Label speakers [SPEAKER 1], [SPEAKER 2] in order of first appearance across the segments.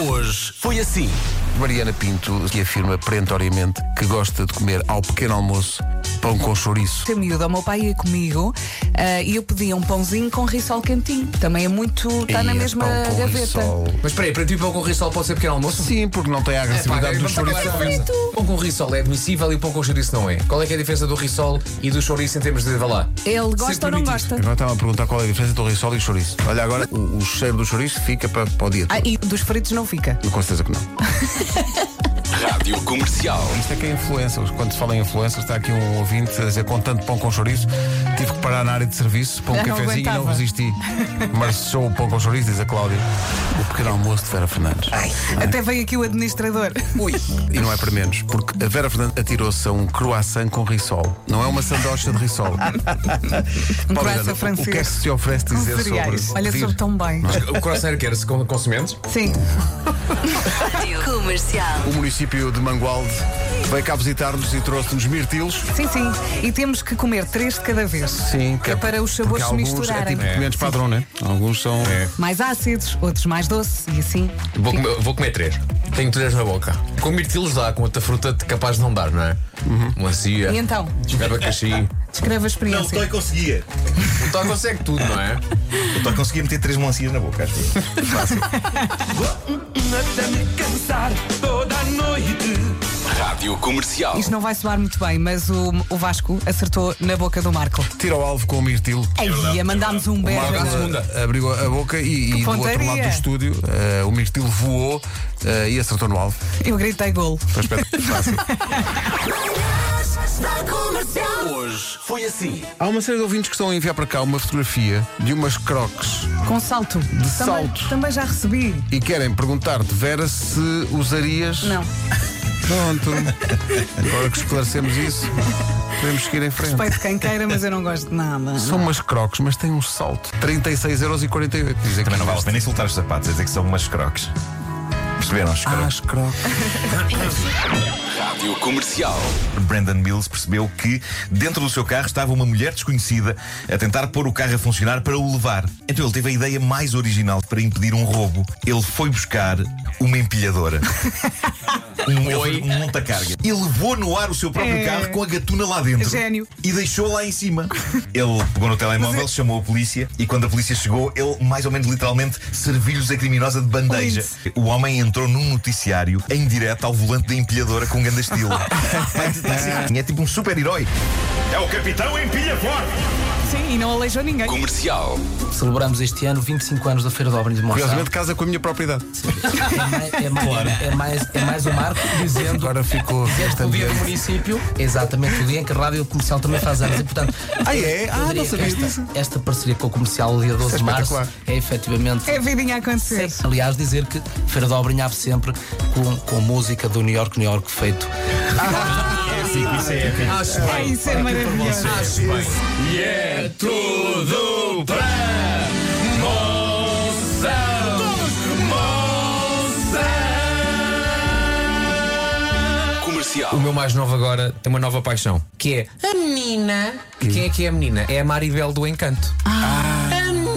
[SPEAKER 1] hoje foi assim. Mariana Pinto, que afirma perentoriamente que gosta de comer ao pequeno almoço pão com chouriço.
[SPEAKER 2] Ser miúda, o meu pai ia comigo ah, e eu pedia um pãozinho com risol quentinho. Também é muito. Está na
[SPEAKER 1] Ih,
[SPEAKER 2] mesma
[SPEAKER 1] pão com
[SPEAKER 2] gaveta.
[SPEAKER 1] rissol.
[SPEAKER 3] Mas espera aí, para ti pão com risol pode ser pequeno almoço?
[SPEAKER 1] Sim, porque não tem a agressividade do
[SPEAKER 3] vamos acabar
[SPEAKER 1] chouriço.
[SPEAKER 3] a conversa. Pão com risol é admissível e o pão com chouriço não é. Qual é, que é a diferença do risol e do chouriço em termos de, vá lá?
[SPEAKER 2] Ele gosta ou não
[SPEAKER 3] permitido.
[SPEAKER 2] gosta?
[SPEAKER 1] Agora estava a perguntar qual é a diferença entre o risol e o chouriço. Olha, agora o, o cheiro do chouriço fica para, para o dia
[SPEAKER 2] Ah,
[SPEAKER 1] todo.
[SPEAKER 2] e dos fritos não fica.
[SPEAKER 1] Eu com certeza que não.
[SPEAKER 4] Rádio Comercial.
[SPEAKER 1] Isto é que é influencer. Quando se fala em influencer, está aqui um ouvinte a dizer com tanto pão com chouriço, tive que parar na área de serviço, pôr um
[SPEAKER 2] Eu não
[SPEAKER 1] cafezinho e não
[SPEAKER 2] aguentava.
[SPEAKER 1] resisti. Mas sou o pão com chouriço, diz a Cláudia. O pequeno almoço de Vera Fernandes.
[SPEAKER 2] Até veio aqui o administrador.
[SPEAKER 1] E não é para menos, porque a Vera Fernandes atirou-se a um croissant com risol. Não é uma sandocha de risol.
[SPEAKER 2] Um
[SPEAKER 1] Paulo
[SPEAKER 2] croissant
[SPEAKER 1] Miranda, o
[SPEAKER 2] francês.
[SPEAKER 1] que é que se oferece
[SPEAKER 2] com
[SPEAKER 1] dizer sobre.
[SPEAKER 2] cereais. Olha,
[SPEAKER 1] pedir?
[SPEAKER 2] soube tão bem.
[SPEAKER 3] O croissant era que era-se com com sementes?
[SPEAKER 2] Sim.
[SPEAKER 5] Comercial.
[SPEAKER 1] O município de Mangualde veio cá visitar-nos e trouxe-nos mirtilos.
[SPEAKER 2] Sim, sim. E temos que comer três de cada vez.
[SPEAKER 1] Sim,
[SPEAKER 2] que é para os
[SPEAKER 1] porque
[SPEAKER 2] sabores se
[SPEAKER 1] alguns É
[SPEAKER 2] misturarem.
[SPEAKER 1] tipo comimentos padrão, né? Alguns são.
[SPEAKER 2] Mais ácidos, outros mais doces e assim.
[SPEAKER 3] Vou comer, vou comer três. Tenho três na boca. Com mirtilos dá, com outra fruta capaz de não dar, não é? Melancia,
[SPEAKER 2] E então,
[SPEAKER 3] abacaxi.
[SPEAKER 2] descreve a
[SPEAKER 6] Não, o
[SPEAKER 2] experiência.
[SPEAKER 6] Toy conseguia.
[SPEAKER 3] O tal consegue tudo, não é?
[SPEAKER 6] O Toy conseguia meter três melancias na boca, acho eu.
[SPEAKER 4] Rádio Comercial.
[SPEAKER 2] Isto não vai soar muito bem, mas o, o Vasco acertou na boca do Marco.
[SPEAKER 1] Tira o alvo com o mirtilo.
[SPEAKER 2] Aí, mandámos um beijo.
[SPEAKER 1] é
[SPEAKER 3] Marco-
[SPEAKER 2] agora.
[SPEAKER 3] segunda.
[SPEAKER 1] Abriu a boca e, e do outro
[SPEAKER 2] pontaria.
[SPEAKER 1] lado do estúdio eh, o mirtilo voou eh, e acertou no alvo.
[SPEAKER 2] Eu gritei gol.
[SPEAKER 1] Então, espero que faça.
[SPEAKER 4] Hoje foi assim.
[SPEAKER 1] Há uma série de ouvintes que estão a enviar para cá uma fotografia de umas crocs
[SPEAKER 2] Com salto. De
[SPEAKER 1] salto.
[SPEAKER 2] Também já recebi.
[SPEAKER 1] e querem perguntar-te, Vera, se usarias.
[SPEAKER 2] Não.
[SPEAKER 1] Pronto. Agora que esclarecemos isso, podemos seguir em frente.
[SPEAKER 2] Respeito quem queira, mas eu não gosto de nada.
[SPEAKER 1] São umas crocs, mas têm um salto. 36,48€. Dizem
[SPEAKER 6] Também
[SPEAKER 1] que
[SPEAKER 6] não vale a pena insultar os sapatos, é dizer que são umas croques. Perceberam os croques?
[SPEAKER 1] Ah, as crocs.
[SPEAKER 4] Rádio Comercial.
[SPEAKER 6] Brandon Mills percebeu que dentro do seu carro estava uma mulher desconhecida a tentar pôr o carro a funcionar para o levar. Então ele teve a ideia mais original para impedir um roubo. Ele foi buscar uma empilhadora. Um, ele foi um monta-carga. Ele levou no ar o seu próprio
[SPEAKER 2] É.
[SPEAKER 6] carro com a gatuna lá dentro.
[SPEAKER 2] Gênio.
[SPEAKER 6] E deixou lá em cima. Ele pegou no telemóvel, chamou a polícia e quando a polícia chegou, ele mais ou menos literalmente serviu-lhes a criminosa de bandeja. O homem entrou num noticiário em direto ao volante da empilhadora com grande estilo. Vai tentar ser- é tipo um super-herói. É o capitão empilha forte.
[SPEAKER 2] Sim, e não aleijou ninguém.
[SPEAKER 4] Comercial.
[SPEAKER 7] Celebramos este ano 25 anos da Feira do Obrinho de Monsanto.
[SPEAKER 1] Curiosamente, casa com a minha propriedade.
[SPEAKER 7] É mais, é, mais, é, mais, é mais o Marco dizendo
[SPEAKER 1] Agora ficou
[SPEAKER 7] dizendo que o dia do
[SPEAKER 1] ambiente.
[SPEAKER 7] município. é Exatamente, o dia em que a Rádio Comercial também faz anos. E portanto,
[SPEAKER 1] Ah, é? Ah,
[SPEAKER 7] eu
[SPEAKER 1] não
[SPEAKER 7] diria que
[SPEAKER 1] sabia
[SPEAKER 7] esta,
[SPEAKER 1] disso.
[SPEAKER 7] esta parceria com o comercial, dia 12 de março,
[SPEAKER 1] espetacular.
[SPEAKER 7] é efetivamente.
[SPEAKER 2] É a vidinha a acontecer.
[SPEAKER 7] Aliás, dizer que Feira do Obrinho abre sempre com, com música do New York, New York feito.
[SPEAKER 3] Acho
[SPEAKER 2] É
[SPEAKER 3] bem.
[SPEAKER 2] isso, é maravilhoso.
[SPEAKER 3] Acho bem. E é tudo para Moção. O
[SPEAKER 4] Comercial.
[SPEAKER 3] meu mais novo agora tem uma nova paixão, que é a menina. Quem é que é a menina? É a Maribel do Encanto. A menina.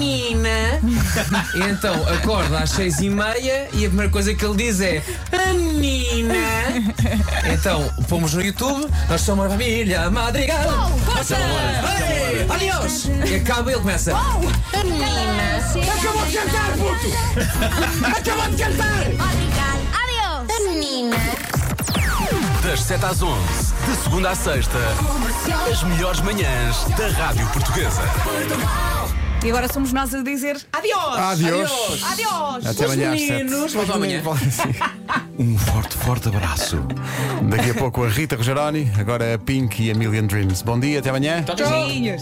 [SPEAKER 3] E então acorda às seis e meia e a primeira coisa que ele diz é a menina. Então pomos no YouTube, nós somos a família Madrigal. Força! Ei, Adiós! E acaba e ele começa.
[SPEAKER 8] Acabou de cantar, puto!
[SPEAKER 3] Acabou de cantar!
[SPEAKER 8] Obrigado. Adeus! Menina!
[SPEAKER 4] Das 7 às 11, de segunda à sexta, as melhores manhãs da Rádio Portuguesa.
[SPEAKER 2] E agora somos nós a dizer adiós!
[SPEAKER 1] Adiós.
[SPEAKER 2] Adiós!
[SPEAKER 1] Até amanhã às sete.
[SPEAKER 3] meninos, voltam amanhã.
[SPEAKER 4] Um forte, forte abraço.
[SPEAKER 1] Daqui a pouco a Rita Rogeroni, agora a Pink e a Million Dreams. Bom dia, até amanhã.
[SPEAKER 2] Beijinhos!